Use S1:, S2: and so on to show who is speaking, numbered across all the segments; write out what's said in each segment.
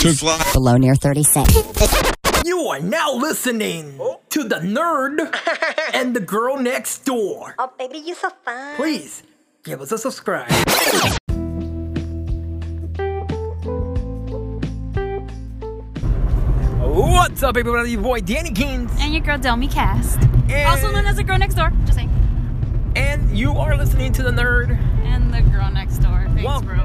S1: Took-
S2: below near 36.
S3: You are now listening
S4: Oh.
S3: to the nerd and the girl next door.
S4: Uh.
S5: Oh, baby, you so fine.
S3: Please give us a subscribe. What's up, everybody? Your boy Danny Keynes,
S4: and your girl Delmi Cast,
S3: and,
S4: also known as the girl next door. Just saying.
S3: and you are listening to the nerd.
S4: And the girl next door. Thanks,
S3: Well-
S4: bro.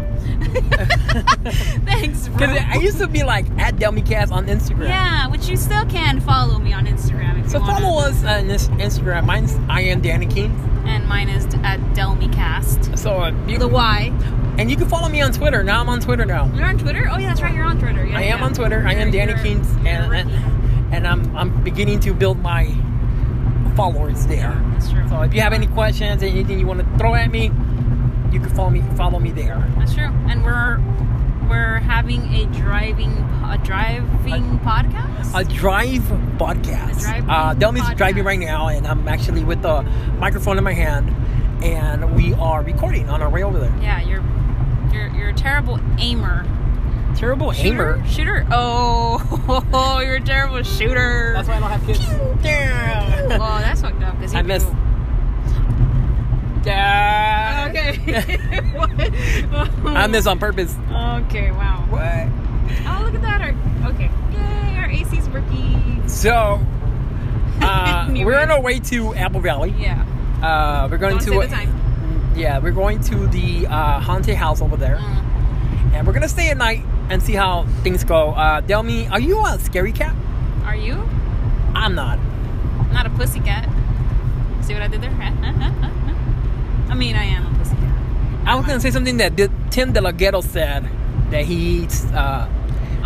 S4: Thanks, bro.
S3: Because I used to be like at DelmiCast on Instagram.
S4: Oh. yeah, which you still can follow me on Instagram if
S3: So
S4: you want.
S3: follow us on this Instagram. Mine's I am Danny Keynes.
S4: And mine is at Delmi Cast.
S3: So uh, you
S4: The Y.
S3: and you can follow me on Twitter. Now I'm on Twitter now.
S4: You're on Twitter? Oh yeah, that's right. You're on Twitter. Yeah,
S3: I am
S4: yeah.
S3: on Twitter. I am
S4: You're-
S3: Danny Keynes,
S4: you're
S3: and,
S4: a rookie.
S3: and and I'm I'm beginning to build my followers there.
S4: That's true.
S3: So if you have any questions, anything you want to throw at me, you can follow me follow me there.
S4: That's true. And we're we're having a driving po- a driving podcast.
S3: A drive podcast.
S4: driving
S3: uh, Delmi's
S4: podcast.
S3: driving right now, and I'm actually with the microphone in my hand, and we are recording on our way over there.
S4: yeah, you're you're you're a terrible aimer.
S3: Terrible
S4: Shooter?
S3: hammer.
S4: Shooter? Oh, you're a terrible shooter.
S3: That's why I don't have kids. Damn.
S4: Well, that's fucked up because
S3: I missed. Damn.
S4: Okay.
S3: I missed on purpose.
S4: Okay. Wow.
S3: What?
S4: Oh, look at that. Our, okay. Yay! Our AC's working.
S3: So, uh,
S4: Anyway.
S3: we're on our way to Apple Valley.
S4: Yeah.
S3: Uh, we're going
S4: Don't
S3: to
S4: say the time.
S3: yeah, we're going to the uh, haunted house over there,
S4: Mm.
S3: and we're gonna stay at night and see how things go. Uh, Delmi, are you a scary cat?
S4: Are you
S3: I'm not.
S4: not a pussycat? See what I did there? Huh? Huh? Huh? Huh? Huh? I mean, I am a pussycat.
S3: I was gonna say something that did, Tim De La Ghetto said that he eats. Uh,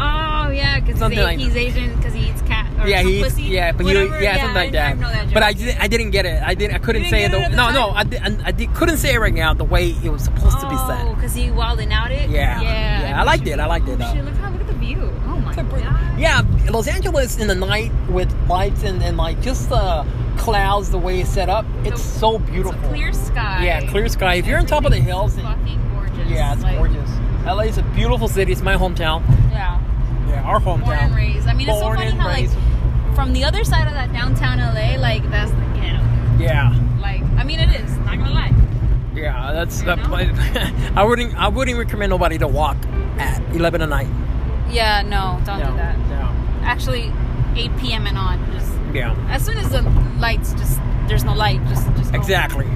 S4: Oh yeah, because he's,
S3: Something
S4: a-
S3: like
S4: he's Asian because he eats cat or
S3: yeah,
S4: some
S3: he eats,
S4: pussy.
S3: yeah, but
S4: whatever.
S3: you yeah, something like
S4: I,
S3: that.
S4: I know that joke.
S3: but I didn't, I didn't get it. I didn't. I couldn't
S4: didn't
S3: say it.
S4: get it
S3: The,
S4: at the
S3: no, no,
S4: time?
S3: I, did, I, I did, couldn't say it right now. The way it was supposed to be
S4: Oh,
S3: said.
S4: because he wilding out it.
S3: Yeah,
S4: Yeah.
S3: yeah, I liked it, I liked it,
S4: Oh,
S3: though.
S4: shit, look how look at the view. Oh my
S3: It's a pretty-
S4: god.
S3: Yeah, Los Angeles in the night with lights and, and like just the clouds, the way it's set up, it's
S4: The-
S3: so
S4: It's
S3: beautiful.
S4: a clear sky.
S3: Yeah, clear sky. If you're on top of the hills,
S4: Everything's fucking gorgeous.
S3: yeah, it's
S4: Like,
S3: gorgeous. LA is a beautiful city. It's my hometown.
S4: Yeah.
S3: Yeah, our hometown.
S4: Born and raised. I mean, it's
S3: Born
S4: so funny
S3: and
S4: how like
S3: raised.
S4: from the other side of that downtown LA, like that's the ghetto.
S3: Yeah,
S4: Like, I mean, it is. Not gonna lie.
S3: yeah. That's
S4: You
S3: that. I wouldn't. I wouldn't recommend nobody to walk at 11 at night.
S4: Yeah. No, don't
S3: no,
S4: do that.
S3: No.
S4: Actually, 8 p.m. and on. Just
S3: Yeah.
S4: as soon as the lights, just there's no light. Just, just go.
S3: Exactly.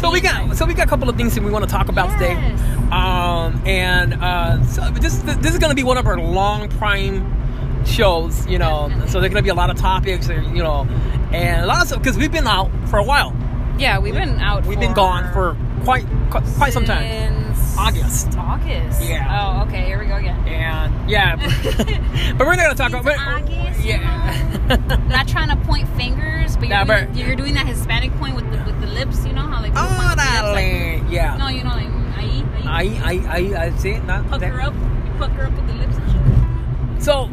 S3: So we got so we got a couple of things that we want to talk about
S4: Oh. Yes.
S3: today. Um, and uh, so this this is gonna be one of our long prime shows, you know.
S4: Definitely.
S3: So there's gonna be a lot of topics, or, you know, and a lot of stuff because we've been out for a while.
S4: Yeah, we've been out.
S3: We've been gone for quite quite, quite some time.
S4: Since
S3: August.
S4: August.
S3: Yeah.
S4: Oh, okay. Here we go again.
S3: And yeah, but we're not gonna talk
S4: It's
S3: about we're-
S4: August, you
S3: Yeah.
S4: Not trying to point fingers, but you're,
S3: Nah,
S4: doing,
S3: but-
S4: you're doing that Hispanic point with the, with the lips. You know how like. people
S3: Oh,
S4: point with the lips, like-
S3: darling. Yeah.
S4: no, you know like mm,
S3: I
S4: ahí, ahí.
S3: I I I see it, not
S4: Pucker
S3: that-
S4: up, you pucker up with the lips. And shit.
S3: So,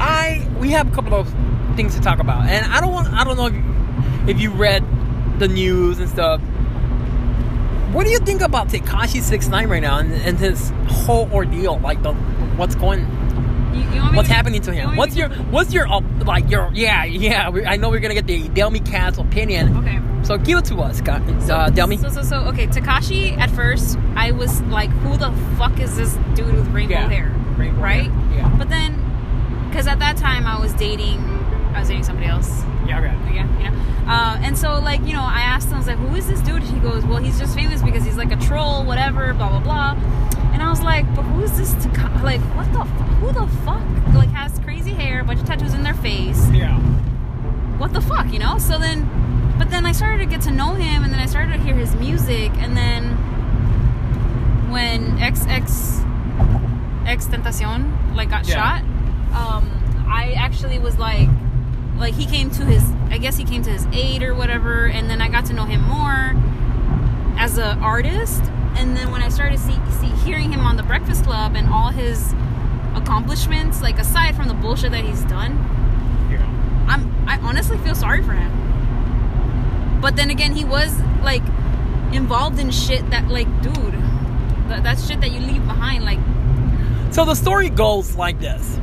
S3: I we have a couple of things to talk about, and I don't want I don't know if you, if you read the news and stuff. What do you think about Takashi Six Nine right now and, and his whole ordeal? Like the what's going,
S4: You, you want me
S3: what's
S4: to-
S3: happening to
S4: you
S3: him?
S4: want me
S3: What's
S4: to-
S3: your what's your uh, like your yeah yeah? We, I know we're gonna get the Delmi Cat's opinion,
S4: Okay.
S3: so give it to us, guy- uh, Delmi.
S4: So so so okay, Takashi. At first, I was like, "Who the fuck is this dude with rainbow
S3: Yeah.
S4: hair?"
S3: Rainbow
S4: right?
S3: hair, yeah.
S4: But then, because at that time I was dating, I was dating somebody else.
S3: yeah, okay.
S4: Yeah, you know. Um, and so, like, you know, I asked him, I was like, who is this dude? He goes, well, he's just famous because he's like a troll, whatever, blah, blah, blah. And I was like, but who is this? Taka- like, what the fuck? Who the fuck? Like, has crazy hair, bunch of tattoos in their face.
S3: yeah,
S4: What the fuck, you know? So then, but then I started to get to know him and then I started to hear his music. And then when XX, X Tentacion, like, got
S3: Yeah.
S4: shot, um, I actually was like, like he came to his i guess he came to his aid or whatever and then i got to know him more as an artist and then when i started see, see hearing him on the breakfast club and all his accomplishments like aside from the bullshit that he's done
S3: yeah,
S4: i'm i honestly feel sorry for him but then again he was like involved in shit that like dude that, that's shit that you leave behind like
S3: So the story goes like this.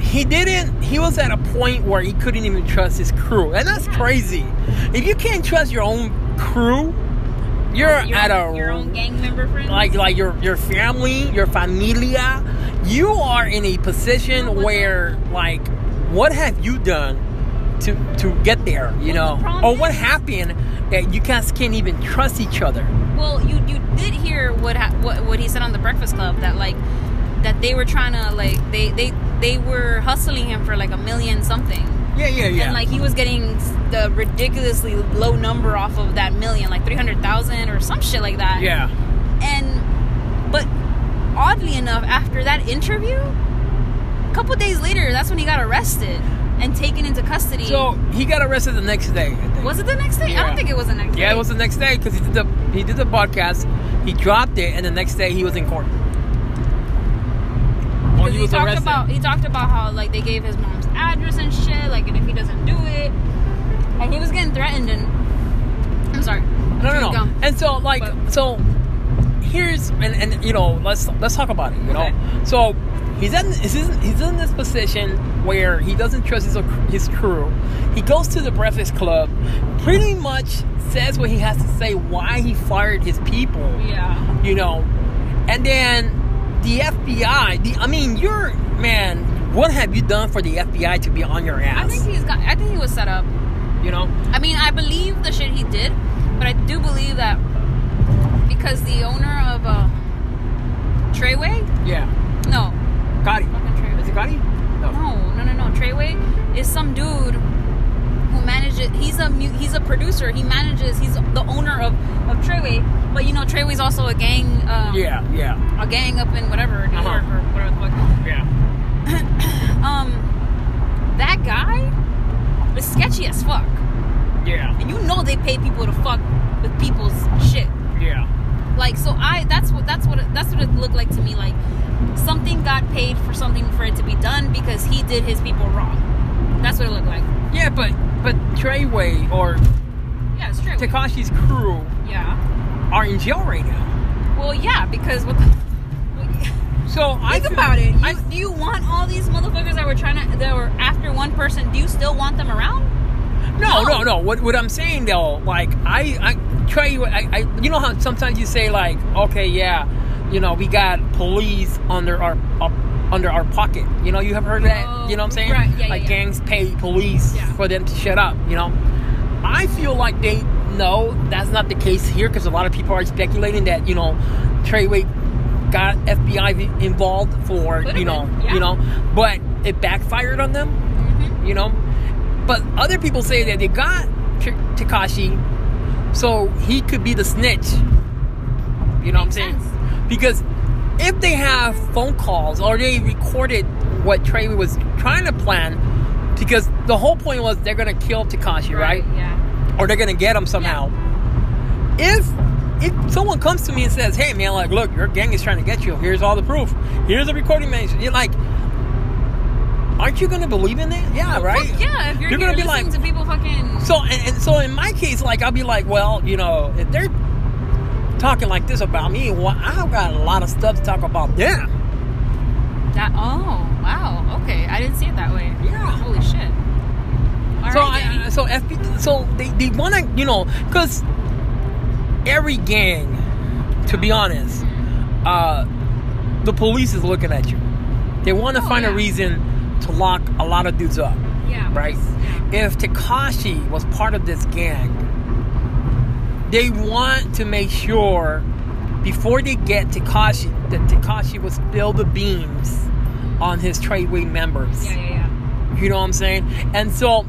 S3: He didn't he was at a point where he couldn't even trust his crew. And that's
S4: Yeah.
S3: crazy. If you can't trust your own crew, you're
S4: your,
S3: at
S4: own-
S3: a
S4: your own gang member friends.
S3: like like your your family, your familia, you are in a position
S4: Well,
S3: where like what have you done to to get there, you
S4: Well,
S3: know?
S4: the problem
S3: Or what
S4: is-
S3: happened that you guys can't even trust each other?
S4: well, you you did hear what ha- what what he said on the Breakfast Club that like that they were trying to like they they they were hustling him for like a million something.
S3: Yeah, yeah, yeah.
S4: and like he was getting the ridiculously low number off of that million, like three hundred thousand or some shit like that.
S3: yeah.
S4: And but oddly enough, after that interview, a couple days later, that's when he got arrested and taken into custody.
S3: So he got arrested the next day. I think.
S4: was it the next day? I
S3: Yeah.
S4: don't think it was the next day.
S3: Yeah, it was the next day because he did the he did the podcast. He dropped it, and the next day he was in court. Oh,
S4: Because he, talked about he talked about how like they gave his mom's address and shit, like and if he doesn't do it, and he was getting threatened. And I'm sorry.
S3: no, no, no.
S4: Gum.
S3: And so, like,
S4: But-
S3: so here's and and you know, let's let's talk about it. You know,
S4: Okay.
S3: so he's in he's in, he's in this position where he doesn't trust his his crew. He goes to the Breakfast Club, pretty much says what he has to say, why he fired his people.
S4: Yeah.
S3: you know. And then the FBI, the, I mean, you're, man, what have you done for the FBI to be on your
S4: I
S3: ass?
S4: think he's got. I think he was set up.
S3: you know?
S4: I mean, I believe the shit he did, but I do believe that because the owner of um, Treyway,
S3: Yeah.
S4: no,
S3: Gotti.
S4: fucking
S3: Is it
S4: Treyway,
S3: Gotti? No.
S4: no, no, no, no, Treyway is some dude who manages. He's a mu- he's a producer. He manages. He's the owner of of Treyway, but you know, Treyway's also a gang. Um,
S3: Yeah, yeah,
S4: a gang up in whatever New
S3: Uh-huh.
S4: York or whatever the fuck.
S3: yeah.
S4: Um, that guy is sketchy as fuck,
S3: Yeah,
S4: and you know they pay people to fuck with people's shit.
S3: yeah.
S4: like so i that's what that's what it, that's what it looked like to me like something got paid for something for it to be done because he did his people wrong that's what it looked like
S3: Yeah, but, but Treyway or
S4: yeah it's true
S3: Takashi's crew
S4: yeah
S3: are in jail right now.
S4: well yeah because what the
S3: So I
S4: think
S3: feel-
S4: about it you,
S3: I,
S4: do you want all these motherfuckers that were trying to that were after one person do you still want them around
S3: no, no,
S4: No.
S3: no. What, what I'm saying though, like I, I Treyway, I, I, you know how sometimes you say like, okay, yeah, you know, we got police under our, up, under our pocket. You know, you have heard that. You know what I'm saying?
S4: Oh, Right, yeah, yeah,
S3: like
S4: yeah.
S3: gangs pay police
S4: Yeah.
S3: for them to shut up. You know, I feel like they know that's not the case here because a lot of people are speculating that you know, Treyway got FBI involved for
S4: Could've
S3: you know,
S4: been, yeah.
S3: you know, but it backfired on them
S4: mm-hmm.
S3: you know. But other people say that they got T- Takashi, so he could be the snitch. You know what I'm
S4: Makes
S3: saying?
S4: sense.
S3: Because if they have phone calls or they recorded what Trey was trying to plan, because the whole point was they're gonna kill Takashi, right?
S4: yeah
S3: Or they're gonna get him somehow. If if someone comes to me and says, "Hey, man, like, look, your gang is trying to get you. Here's all the proof. Here's the recording manager," you're like, aren't you gonna believe in it? Yeah, right.
S4: Fuck yeah if you're,
S3: You're
S4: you're
S3: gonna be
S4: listening
S3: like-
S4: to people fucking
S3: So and, and so in my case, like I'll be like, well, you know, if they're talking like this about me, well, I've got a lot of stuff to talk about them.
S4: That oh wow okay I didn't see it that way.
S3: Yeah.
S4: Holy shit. All
S3: so
S4: right,
S3: I,
S4: Danny.
S3: so FB, so they they want to, you know, because every gang, to be honest, uh, the police is looking at you. They want to
S4: Oh,
S3: find a
S4: yeah.
S3: reason to lock a lot of dudes up.
S4: yeah.
S3: uh, right?
S4: Yeah.
S3: If Takashi was part of this gang, they want to make sure before they get Takashi that Takashi will spill the beans on his tradeway members.
S4: Yeah. Yeah. Yeah.
S3: You know what I'm saying? And so,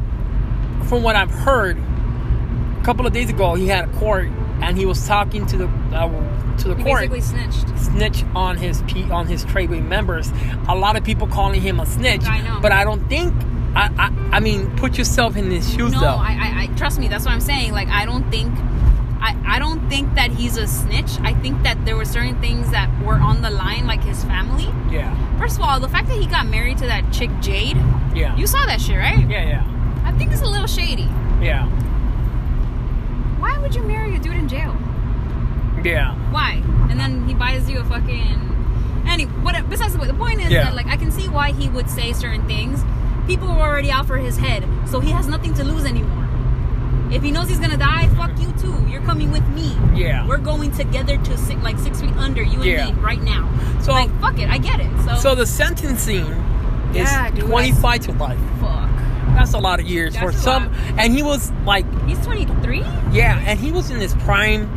S3: from what I've heard, a couple of days ago he had a court and he was talking to the uh, to the
S4: He
S3: court
S4: basically snitched.
S3: snitch on his pe- on his tradeway members. A lot of people calling him a snitch,
S4: I know.
S3: but I don't think. I, I I mean, put yourself in his shoes
S4: No,
S3: though.
S4: I, I, I trust me. That's what I'm saying. Like I don't think, I, I don't think that he's a snitch. I think that there were certain things that were on the line, like his family.
S3: yeah,
S4: First of all, the fact that he got married to that chick Jade,
S3: yeah,
S4: you saw that shit, right?
S3: yeah,
S4: I think it's a little shady.
S3: yeah, yeah,
S4: Why would you marry a dude in jail?
S3: yeah.
S4: Why? And then he buys you a fucking. Anyway, what, besides the point, the point is
S3: Yeah.
S4: that like I can see why he would say certain things. People were already out for his head, so he has nothing to lose anymore. If he knows he's gonna die, fuck you too. You're coming with me.
S3: Yeah.
S4: We're going together to six, like six feet under you and
S3: Yeah.
S4: me right now.
S3: So-
S4: like fuck it, I get it. So,
S3: So the sentencing is
S4: Oh. Yeah, dude,
S3: 25 to life.
S4: fuck.
S3: That's a lot of years
S4: That's
S3: for
S4: a
S3: some.
S4: lot.
S3: And he was like,
S4: He's 23.
S3: yeah, and he was in his prime.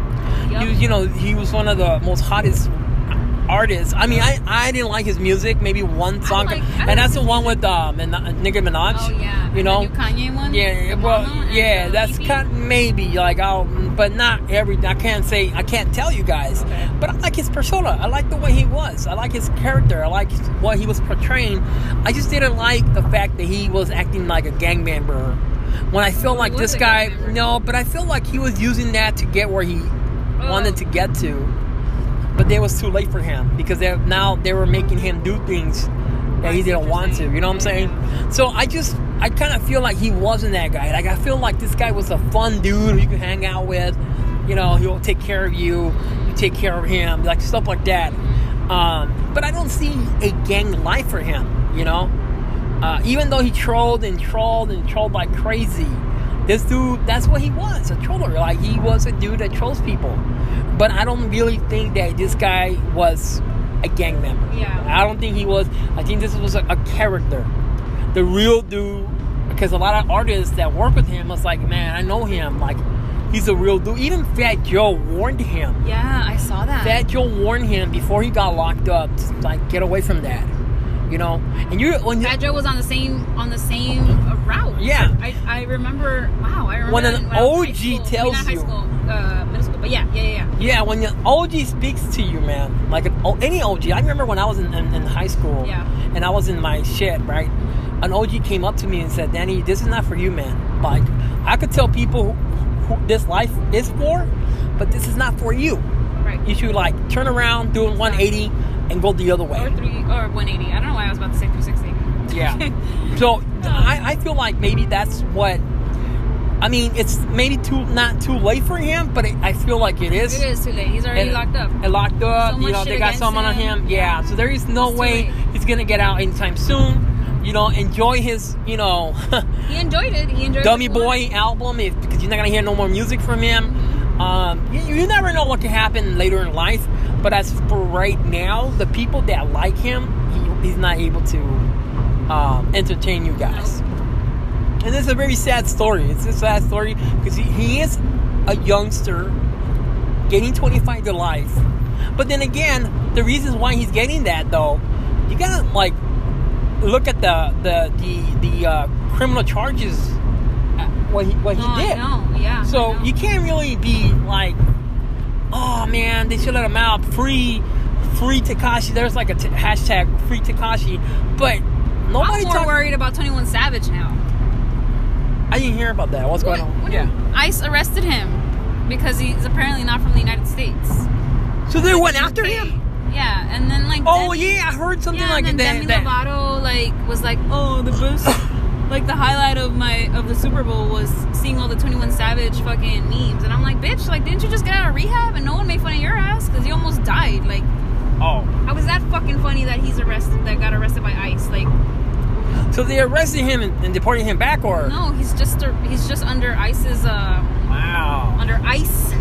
S3: He was, you know, he was one of the most hottest artists. I mean, I, I didn't like his music. Maybe one
S4: I
S3: song,
S4: like- I like
S3: and that's
S4: his
S3: the one with uh, Min- Nicki Minaj.
S4: Oh yeah.
S3: you know.
S4: the new Kanye one.
S3: Yeah, well,
S4: Obama and
S3: yeah,
S4: the
S3: that's
S4: EP?
S3: kind maybe like I'll, but not every. I can't say I can't tell you guys,
S4: Okay.
S3: but I like his persona. I like the way he was. I like his character. I like what he was portraying. I just didn't like the fact that he was acting like a gang member. When I feel like
S4: was
S3: this
S4: a
S3: guy,
S4: gang member.
S3: no, but I feel like he was using that to get where he wanted
S4: Oh.
S3: to get to. But they was too late for him because they now they were making him do things that he
S4: I see what
S3: didn't
S4: you're
S3: want to.
S4: saying.
S3: You know what I'm saying? So I just I kind of feel like he wasn't that guy. Like I feel like this guy was a fun dude who you could hang out with. You know, he'll take care of you. You take care of him, like stuff like that. Um, but I don't see a gang life for him. You know, uh, even though he trolled and trolled and trolled like crazy, this dude, that's what he was a troller. Like, he was a dude that trolls people. But I don't really think that this guy was a gang member.
S4: Yeah.
S3: I don't think he was. I think this was a, a character. The real dude, because a lot of artists that work with him was like, man, I know him. Like, he's a real dude. Even Fat Joe warned him.
S4: Yeah, I saw that.
S3: Fat Joe warned him before he got locked up, to, like, get away from that. You know? And you're. When
S4: Fat Joe was on the same on the same route.
S3: Yeah.
S4: I, I remember. Wow, I remember
S3: When an
S4: I was
S3: OG
S4: in high school-
S3: tells
S4: I mean,
S3: you-
S4: not high school, uh, middle school, but yeah, yeah, yeah, yeah.
S3: Yeah, when your OG speaks to you, man, like an, O- any OG. I remember when I was in, in, in high school,
S4: Yeah.
S3: and I was in my shed, right? An OG came up to me and said, "Danny, this is not for you, man. Like, I could tell people who, who this life is for, but this is not for you.
S4: Right.
S3: You should like turn around, do a 180, and go the other way."
S4: Or three or 180. I don't know why I was about to say 360.
S3: Yeah. So I, I feel like maybe that's what. I mean, it's maybe too not too late for him, but it, I feel like it is.
S4: it is too late. He's already
S3: and-
S4: locked up.
S3: And locked up.
S4: So
S3: you
S4: much
S3: know,
S4: shit
S3: they got
S4: against
S3: someone on
S4: him.
S3: him. Yeah. So there is no
S4: It's too
S3: way
S4: late.
S3: he's gonna get out anytime soon. You know, enjoy his, you know,
S4: He enjoyed it. He enjoyed.
S3: Dummy
S4: what he
S3: Boy
S4: wanted.
S3: album if, because you're not gonna hear no more music from him.
S4: Mm-hmm.
S3: Um, you, you never know what can happen later in life. But as for right now, the people that like him, he, he's not able to um, entertain you guys. And it's a very sad story. It's a sad story because he, he is a youngster getting 25 to life. But then again, the reasons why he's getting that though, you gotta like look at the the the, the uh, criminal charges uh, what he what he
S4: No, Oh, I
S3: did.
S4: know, Yeah. I
S3: So
S4: know.
S3: you can't really be like, oh man, they should let him out. Free, free Takashi. There's like a t- hashtag free Takashi, but
S4: I'm
S3: nobody
S4: more
S3: talk-
S4: worried about 21 Savage now.
S3: I didn't hear about that. What's going on?
S4: What- ICE arrested him because he's apparently not from the United States.
S3: So they went after him.
S4: Yeah, and then like
S3: Oh
S4: Demi-
S3: yeah, I heard something
S4: yeah,
S3: like
S4: and then
S3: that.
S4: Demi
S3: that-
S4: Lovato like was like, oh, the best, like the highlight of my of the Super Bowl was seeing all the Twenty One Savage fucking memes, and I'm like, bitch, like didn't you just get out of rehab and no one made fun of your ass because you almost died? Like,
S3: Oh.
S4: how is that fucking funny that he's arrested, that got arrested by ICE? Like,
S3: So they arrested him and, and deported him back, or
S4: no, he's just a, he's just under ICE's um
S3: wow,
S4: under ICE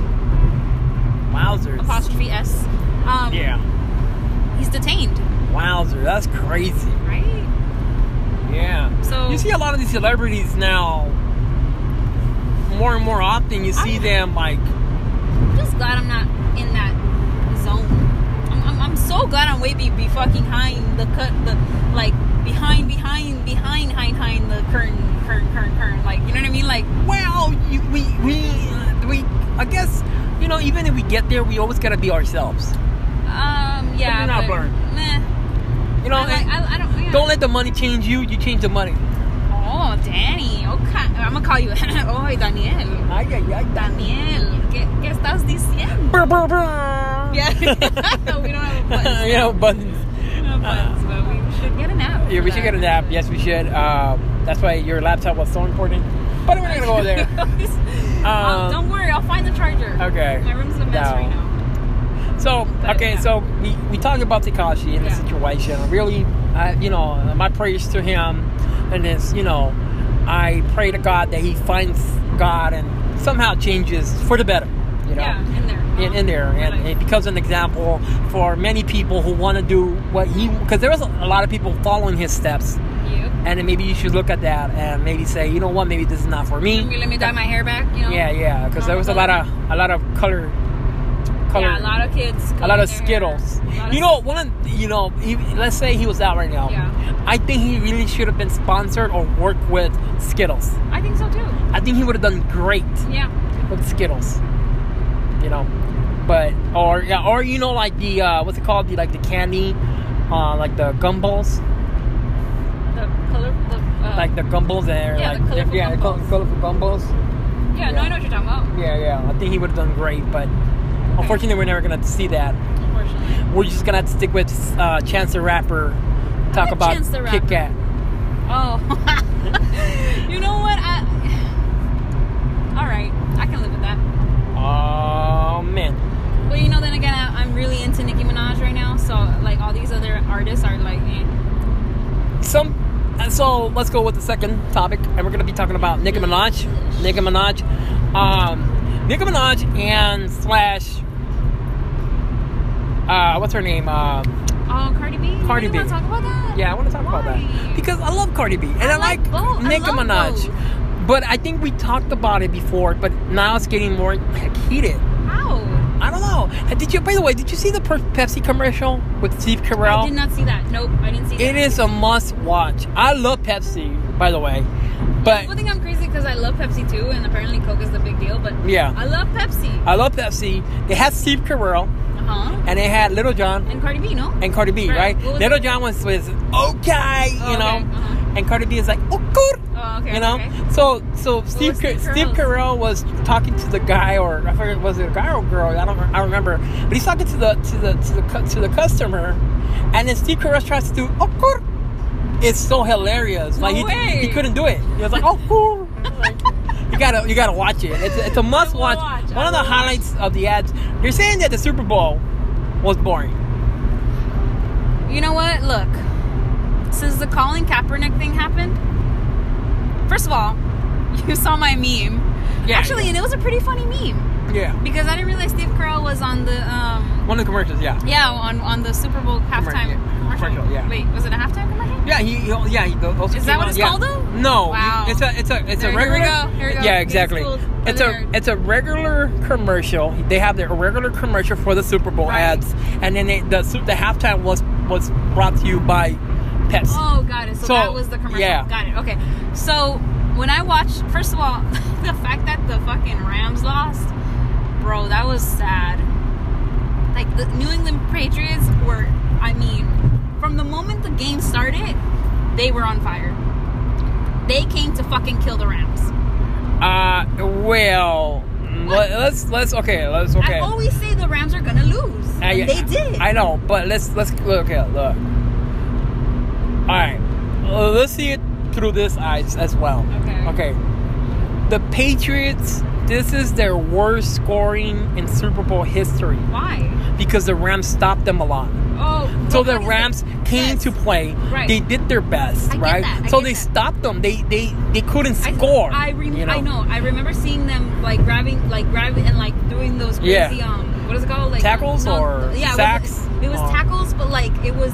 S3: wowzers,
S4: apostrophe s. Um,
S3: yeah,
S4: he's detained,
S3: wowzer, that's crazy.
S4: right?
S3: Yeah.
S4: So
S3: You see a lot of these celebrities now. More and more often, you see
S4: I'm-
S3: them like
S4: I'm just glad I'm not in that zone. I'm, I'm, I'm so glad I'm way be, be fucking behind the cut, the like behind, behind, behind, hind, hind the curtain, curtain, curtain, curtain. Like you know what I mean? Like
S3: well, you, we we uh, we. I guess you know, even if we get there, we always gotta be ourselves.
S4: um, yeah.
S3: you're not
S4: but,
S3: burned.
S4: Meh.
S3: You know,
S4: I, like, I, I don't. Yeah.
S3: don't let the money change you. You change the money.
S4: Oh, Danny. Okay, I'm gonna call you. oh, Daniel.
S3: Ay, ay, ay, da-
S4: Daniel, ¿qué, qué estás diciendo?
S3: Brr, brr, brr.
S4: Yeah. we don't have a button.
S3: you know, buttons.
S4: We don't have buttons, but we should get an app.
S3: Yeah,
S4: for
S3: we should
S4: that.
S3: get a nap. Yes, we should. Um, that's why your laptop was so important. But we're not gonna go there.
S4: I'll-
S3: Um,
S4: don't worry, I'll find the charger.
S3: okay.
S4: My room's a mess
S3: No.
S4: right now.
S3: So
S4: But,
S3: okay,
S4: yeah.
S3: so we, we talked about Takashi and the
S4: Yeah.
S3: situation. Really, I, you know, my prayers to him, and it's you know, I pray to God that he finds God and somehow changes for the better. You know,
S4: yeah, in there.
S3: in, in there, and
S4: Like,
S3: it becomes an example for many people who want to do what he. Because there was a lot of people following his steps,
S4: yep.
S3: and then maybe you should look at that and maybe say, you know what, maybe this is not for me.
S4: Let me, let me dye my hair back, you know?
S3: Yeah, yeah, because there was a lot of a lot of color, color,
S4: Yeah, a lot of kids.
S3: a lot of Skittles. You know, one, you know, ev- let's say he was out right now.
S4: Yeah.
S3: I think he really should have been sponsored or worked with Skittles.
S4: I think so too.
S3: I think he would have done great
S4: Yeah.
S3: with Skittles. You know, but or yeah, or you know, like the uh, what's it called? The like the candy, uh, like the gumballs,
S4: The color. The, uh,
S3: like the gumballs there,
S4: yeah, the
S3: like
S4: colorful
S3: yeah, the col-
S4: gumballs.
S3: colorful gumballs.
S4: yeah, no, I know what you're talking about.
S3: Yeah, yeah. I think he would have done great, but unfortunately, we're never gonna see that.
S4: Unfortunately.
S3: We're just gonna have to stick with uh, Chance the Rapper. Talk
S4: like
S3: about
S4: Chance the
S3: Kit
S4: Rapper.
S3: Kat.
S4: Oh. you know what? I. All right, I can live with that.
S3: Oh man.
S4: Well, you know, then again, I, I'm really into Nicki Minaj right now, so like all these other artists are like, eh.
S3: Some. and So let's go with the second topic, and we're gonna be talking about Nicki Minaj. Nicki Minaj. Um, Nicki Minaj and slash. Uh, what's her name? Uh,
S4: Oh, Cardi B. you
S3: Cardi
S4: really
S3: B.
S4: Want to talk about that?
S3: yeah, I want to talk about that
S4: Why?
S3: because I love Cardi B and I,
S4: I like both. I
S3: Nicki
S4: love
S3: Minaj.
S4: both.
S3: But I think we talked about it before, but now it's getting more heated.
S4: How?
S3: I don't know. Uh, Did you, by the way, did you see the per- Pepsi commercial with Steve Carell?
S4: I did not see that. Nope, I didn't see that.
S3: It is a must watch. I love Pepsi, by the way. But
S4: People think I'm crazy because I love Pepsi too, and apparently Coke is the big deal. But
S3: Yeah. Uh,
S4: I love Pepsi.
S3: I love Pepsi. They had Steve Carell
S4: Uh huh.
S3: and they had Little John
S4: And Cardi B, no?
S3: and Cardi B,
S4: Right.
S3: right?
S4: What was
S3: Little
S4: it?
S3: John was, was okay,
S4: Oh,
S3: you know,
S4: okay, uh-huh.
S3: and Cardi B is like, oh, good.
S4: Oh, okay.
S3: you know,
S4: Okay.
S3: so so Steve
S4: was
S3: Car-
S4: Steve
S3: Steve
S4: Carell's?
S3: Carell was talking to the guy, or I forget was it a guy or girl? I don't I don't remember. But he's talking to the to the to the cu- to the customer, and then Steve Carell tries to do oh cool. It's so hilarious.
S4: No
S3: like he,
S4: way.
S3: he couldn't do it. He was like oh cool. Like, you gotta you gotta watch it. It's, it's a must
S4: will
S3: watch.
S4: watch. I
S3: One of the
S4: will watch.
S3: highlights of the ads. They're saying that the Super Bowl was boring.
S4: You know what? Look, since the Colin Kaepernick thing happened, first of all, you saw my meme.
S3: Yeah,
S4: Actually,
S3: yeah.
S4: and it was a pretty funny meme
S3: Yeah.
S4: because I didn't realize Steve Carell was on the um
S3: One of the commercials. Yeah.
S4: yeah on on the Super Bowl halftime
S3: yeah.
S4: commercial.
S3: Commercial, yeah.
S4: Wait, was it a halftime commercial?
S3: Yeah, he, he yeah, he, those
S4: Is that what it's called, though?
S3: No.
S4: Wow.
S3: It's a it's a it's
S4: There-
S3: a
S4: here we
S3: regular
S4: go, here we go.
S3: Yeah,
S4: Getting
S3: exactly.
S4: schooled by
S3: It's
S4: the
S3: a
S4: nerd.
S3: it's a regular commercial. They have their regular commercial for the Super Bowl
S4: Right.
S3: ads and then they, the su- the halftime was was brought to you by Pepsi.
S4: Oh, got it. So,
S3: So,
S4: that was the commercial.
S3: yeah.
S4: Got it. Okay. So when I watched, first of all, the fact that the fucking Rams lost, bro, that was sad. Like the New England Patriots were, I mean, from the moment the game started, they were on fire. They came to fucking kill the Rams.
S3: Uh well, let, us let's okay, let's okay. Ah,
S4: I always say the Rams are gonna lose.
S3: I-
S4: and they did.
S3: I know, but let's let's look okay, look. All right. Uh, let's see it through this eyes as well.
S4: Okay.
S3: Okay. The Patriots, this is their worst scoring in Super Bowl history
S4: Why?
S3: because the Rams stopped them a lot.
S4: Oh.
S3: So
S4: what
S3: the
S4: is it?
S3: Rams came
S4: Yes.
S3: to play.
S4: Right.
S3: They did their best,
S4: I get
S3: right?
S4: that, I
S3: so
S4: get
S3: they
S4: that.
S3: stopped them. They they they couldn't
S4: I-
S3: score.
S4: I, rem-
S3: you
S4: I know. I remember seeing them like grabbing, like grabbing, and like doing those
S3: Yeah.
S4: crazy um, what is it called? Like
S3: Tackles or
S4: th- yeah,
S3: sacks?
S4: It was, it was
S3: Oh.
S4: tackles, but like it was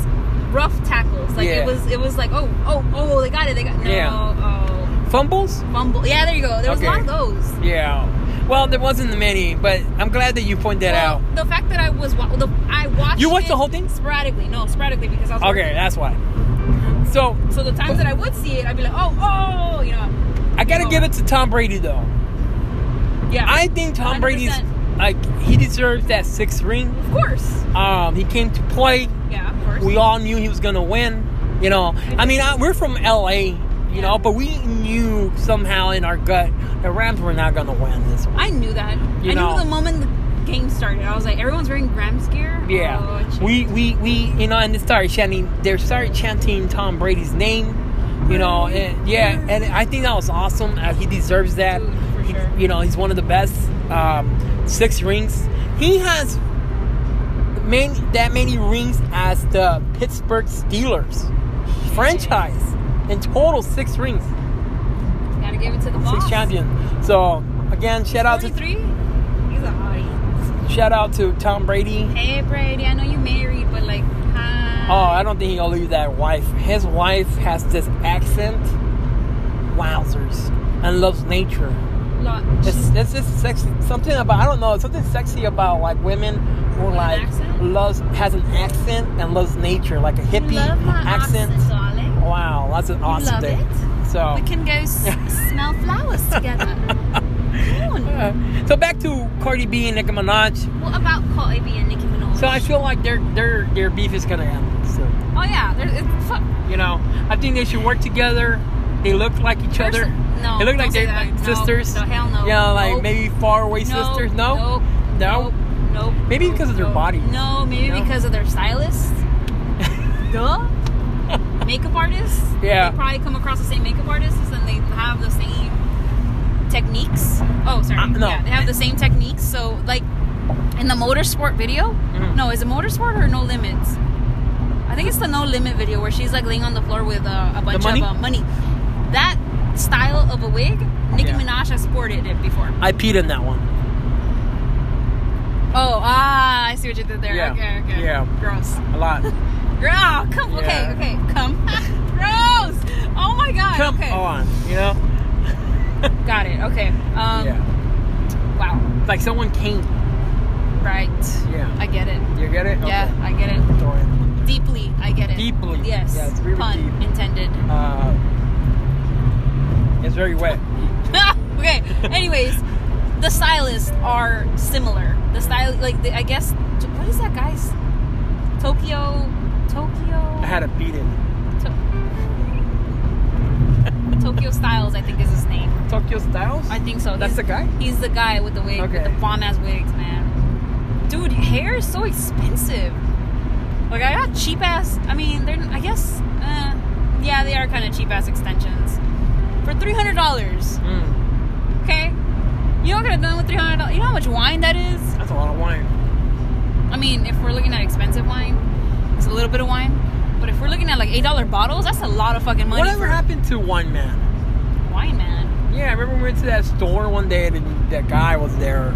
S4: rough tackles. Like
S3: Yeah.
S4: it was, it was like oh, oh, oh, they got it. They got no,
S3: Yeah.
S4: oh,
S3: Fumbles?
S4: fumble. Yeah, there you go. There was a lot of
S3: Okay.
S4: those.
S3: Yeah. Well, there wasn't many, but I'm glad that you pointed that
S4: Well,
S3: out.
S4: The fact that I was, wa- the, I watched.
S3: You watched
S4: it
S3: the whole thing?
S4: sporadically. No, sporadically because I was
S3: Okay, that's why. So
S4: working. So the times that I would see it, I'd be like, oh, oh, you know,
S3: I gotta give it to Tom Brady though.
S4: yeah.
S3: I think Tom Brady's
S4: 100%.
S3: like he deserves that sixth ring.
S4: of course,
S3: Um, he came to play.
S4: yeah, of course.
S3: We all knew he was gonna win. You know, I mean, I, we're from LA, you
S4: Yeah.
S3: know, but we knew somehow in our gut the Rams were not gonna win this one.
S4: I knew that.
S3: You
S4: I
S3: know.
S4: knew the moment the game started. I was like, everyone's wearing Rams gear.
S3: Yeah,
S4: Oh, shit.
S3: we we we you know, and they started chanting. They started chanting Tom Brady's name. You know, and, yeah, and I think that was awesome. Uh, he deserves that.
S4: Dude, for
S3: He-
S4: sure.
S3: You know, he's one of the best. Um, six rings. He has many that many rings as the Pittsburgh Steelers franchise. In total, six rings,
S4: Gotta give it to the boss.
S3: six champion. So again, shout out to
S4: 43? He's a hottie.
S3: shout out to Tom Brady.
S4: Hey, Brady, I know you married, but like, hi.
S3: Oh, I don't think he'll leave that wife. His wife has this accent, wowzers, and loves nature.
S4: Lot-
S3: It's, it's just sexy. Something about I don't know. Something sexy about like women who
S4: An
S3: like
S4: accent?
S3: loves has an accent and loves nature, like a hippie
S4: Love my
S3: accent.
S4: accent, darling.
S3: Wow, that's an awesome
S4: love
S3: thing.
S4: it?
S3: So,
S4: We can go
S3: Oh.
S4: s- smell flowers together. Cool.
S3: Uh, so back to Cardi B and Nicki Minaj.
S4: What about Cardi B and Nicki Minaj?
S3: So I feel like their their their beef is gonna end. So,
S4: oh yeah, there, it's fuck.
S3: you know, I think they should work together. They look like each other.
S4: There's- No,
S3: they look like
S4: don't say
S3: they're
S4: that.
S3: like
S4: No,
S3: sisters.
S4: No, hell no.
S3: Yeah, like
S4: Nope.
S3: maybe faraway
S4: No,
S3: sisters. No,
S4: nope,
S3: No?
S4: nope, nope.
S3: Maybe because of their
S4: nope.
S3: body.
S4: No, maybe
S3: No.
S4: because of their stylist. Duh. makeup artists.
S3: Yeah.
S4: They probably come across the same makeup artists and they have the same techniques. Oh, sorry.
S3: Uh, no.
S4: Yeah, they have the same techniques. So, like in the motorsport video,
S3: Mhm.
S4: no, is it motorsport or no limits? I think it's the no limit video where she's like laying on the floor with uh, a bunch
S3: money?
S4: of uh, money. That style of a wig, Nicki
S3: Yeah.
S4: Minaj has sported it before.
S3: I peed in that one.
S4: Oh, ah, I see what you did there.
S3: Yeah.
S4: Okay, okay.
S3: Yeah.
S4: Gross.
S3: A lot.
S4: Girl, come.
S3: Yeah.
S4: Okay, okay, come. Gross. Oh my god.
S3: Come
S4: okay.
S3: on, you know.
S4: Got it. Okay. Um,
S3: yeah.
S4: Wow.
S3: Like someone came.
S4: Right.
S3: Yeah.
S4: I get it.
S3: You get it?
S4: Yeah, I get it.
S3: Okay. Sorry.
S4: Deeply, I get it.
S3: Deeply.
S4: Yes.
S3: Yeah, it's really
S4: Pun
S3: deep.
S4: intended.
S3: Uh, it's very wet.
S4: okay. Anyways, the stylists are similar. The style, like the, I guess, what is that guy's? Tokyo, Tokyo.
S3: I had a beat in.
S4: To- Tokyo Styles, I think is his name.
S3: Tokyo Styles?
S4: I think so.
S3: That's
S4: He's-
S3: the guy?
S4: He's the guy with the wig, with
S3: Okay.
S4: the bomb ass wigs, man. Dude, hair is so expensive. Like I got cheap ass. I mean, they're. I guess. Uh, yeah, they are kind of cheap ass extensions for three hundred dollars.
S3: Mm,
S4: Okay, you know what I could have done with three hundred dollars? You know how much wine that is?
S3: that's a lot of wine.
S4: I mean, if we're looking at expensive wine, it's a little bit of wine. But if we're looking at like eight dollar bottles, that's a lot of fucking money
S3: Whatever
S4: for
S3: happened to Wine Man?
S4: wine, man.
S3: Yeah, I remember we went to that store one day and that guy was there.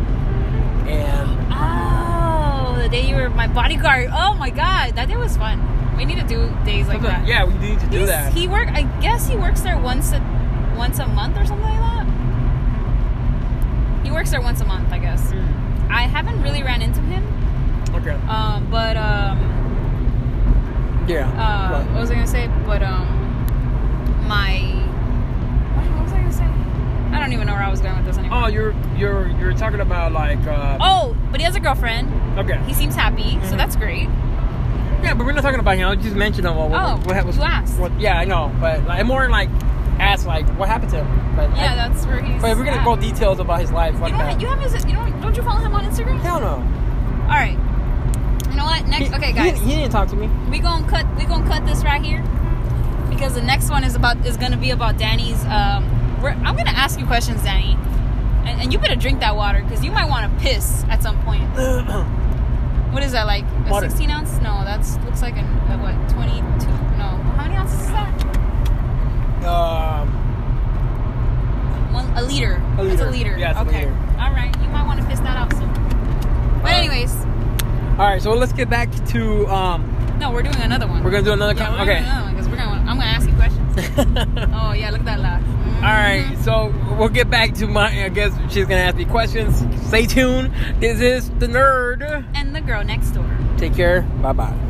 S3: And
S4: Oh, the day you were my bodyguard. Oh my god, that day was fun. We need to do days like that.
S3: yeah, we need to do
S4: He's-
S3: that.
S4: He work. I guess he works there once a once a month or something like that. He works there once a month, I guess.
S3: Mm,
S4: I haven't really ran into him,
S3: okay.
S4: um, but um,
S3: Yeah.
S4: uh, what
S3: Right.
S4: was I gonna say? But um, my what what was I gonna say? I don't even know where I was going with this anymore.
S3: oh, you're you're you're talking about like uh
S4: Oh, but he has a girlfriend.
S3: okay.
S4: He seems happy, so
S3: Mhm.
S4: that's great.
S3: Yeah, but we're not talking about him. I just mentioned him. What, what,
S4: Oh,
S3: what, what,
S4: you asked.
S3: what- yeah, I know, but like, I'm more like ask like what happened to him. But
S4: Yeah,
S3: I,
S4: that's where he's.
S3: but we're gonna
S4: at.
S3: go details about his life.
S4: You
S3: Like
S4: don't,
S3: that.
S4: you have his. You don't. Don't you follow him on Instagram?
S3: Hell no.
S4: All right. You know what? Next.
S3: He-
S4: Okay,
S3: he
S4: guys.
S3: didn't- He, didn't talk to me.
S4: we gonna cut we gonna cut this right here because the next one is about is gonna be about Danny's. Um, we're, I'm gonna ask you questions, Danny, and, and you better drink that water because you might want to piss at some point. What is that like? A
S3: Water.
S4: 16 ounce? No, that's looks like a, a what? 22? No, how many ounces is that?
S3: um,
S4: One, a liter.
S3: A
S4: It's a
S3: liter.
S4: liter.
S3: Yeah, it's a
S4: okay.
S3: liter.
S4: All right, you might want to piss that out soon. But
S3: Uh,
S4: anyways,
S3: all right, so let's get back to um,
S4: no, we're doing another one.
S3: we're gonna do another.
S4: yeah,
S3: com-
S4: we're
S3: okay.
S4: Doing another one because we're gonna. I'm gonna ask you questions.
S3: All
S4: Oh yeah, look at that laugh.
S3: right,
S4: Mm-hmm.
S3: so we'll get back to my. I guess she's gonna ask me questions. Stay tuned. This is the nerd.
S4: and the girl next door.
S3: Take care. Bye bye.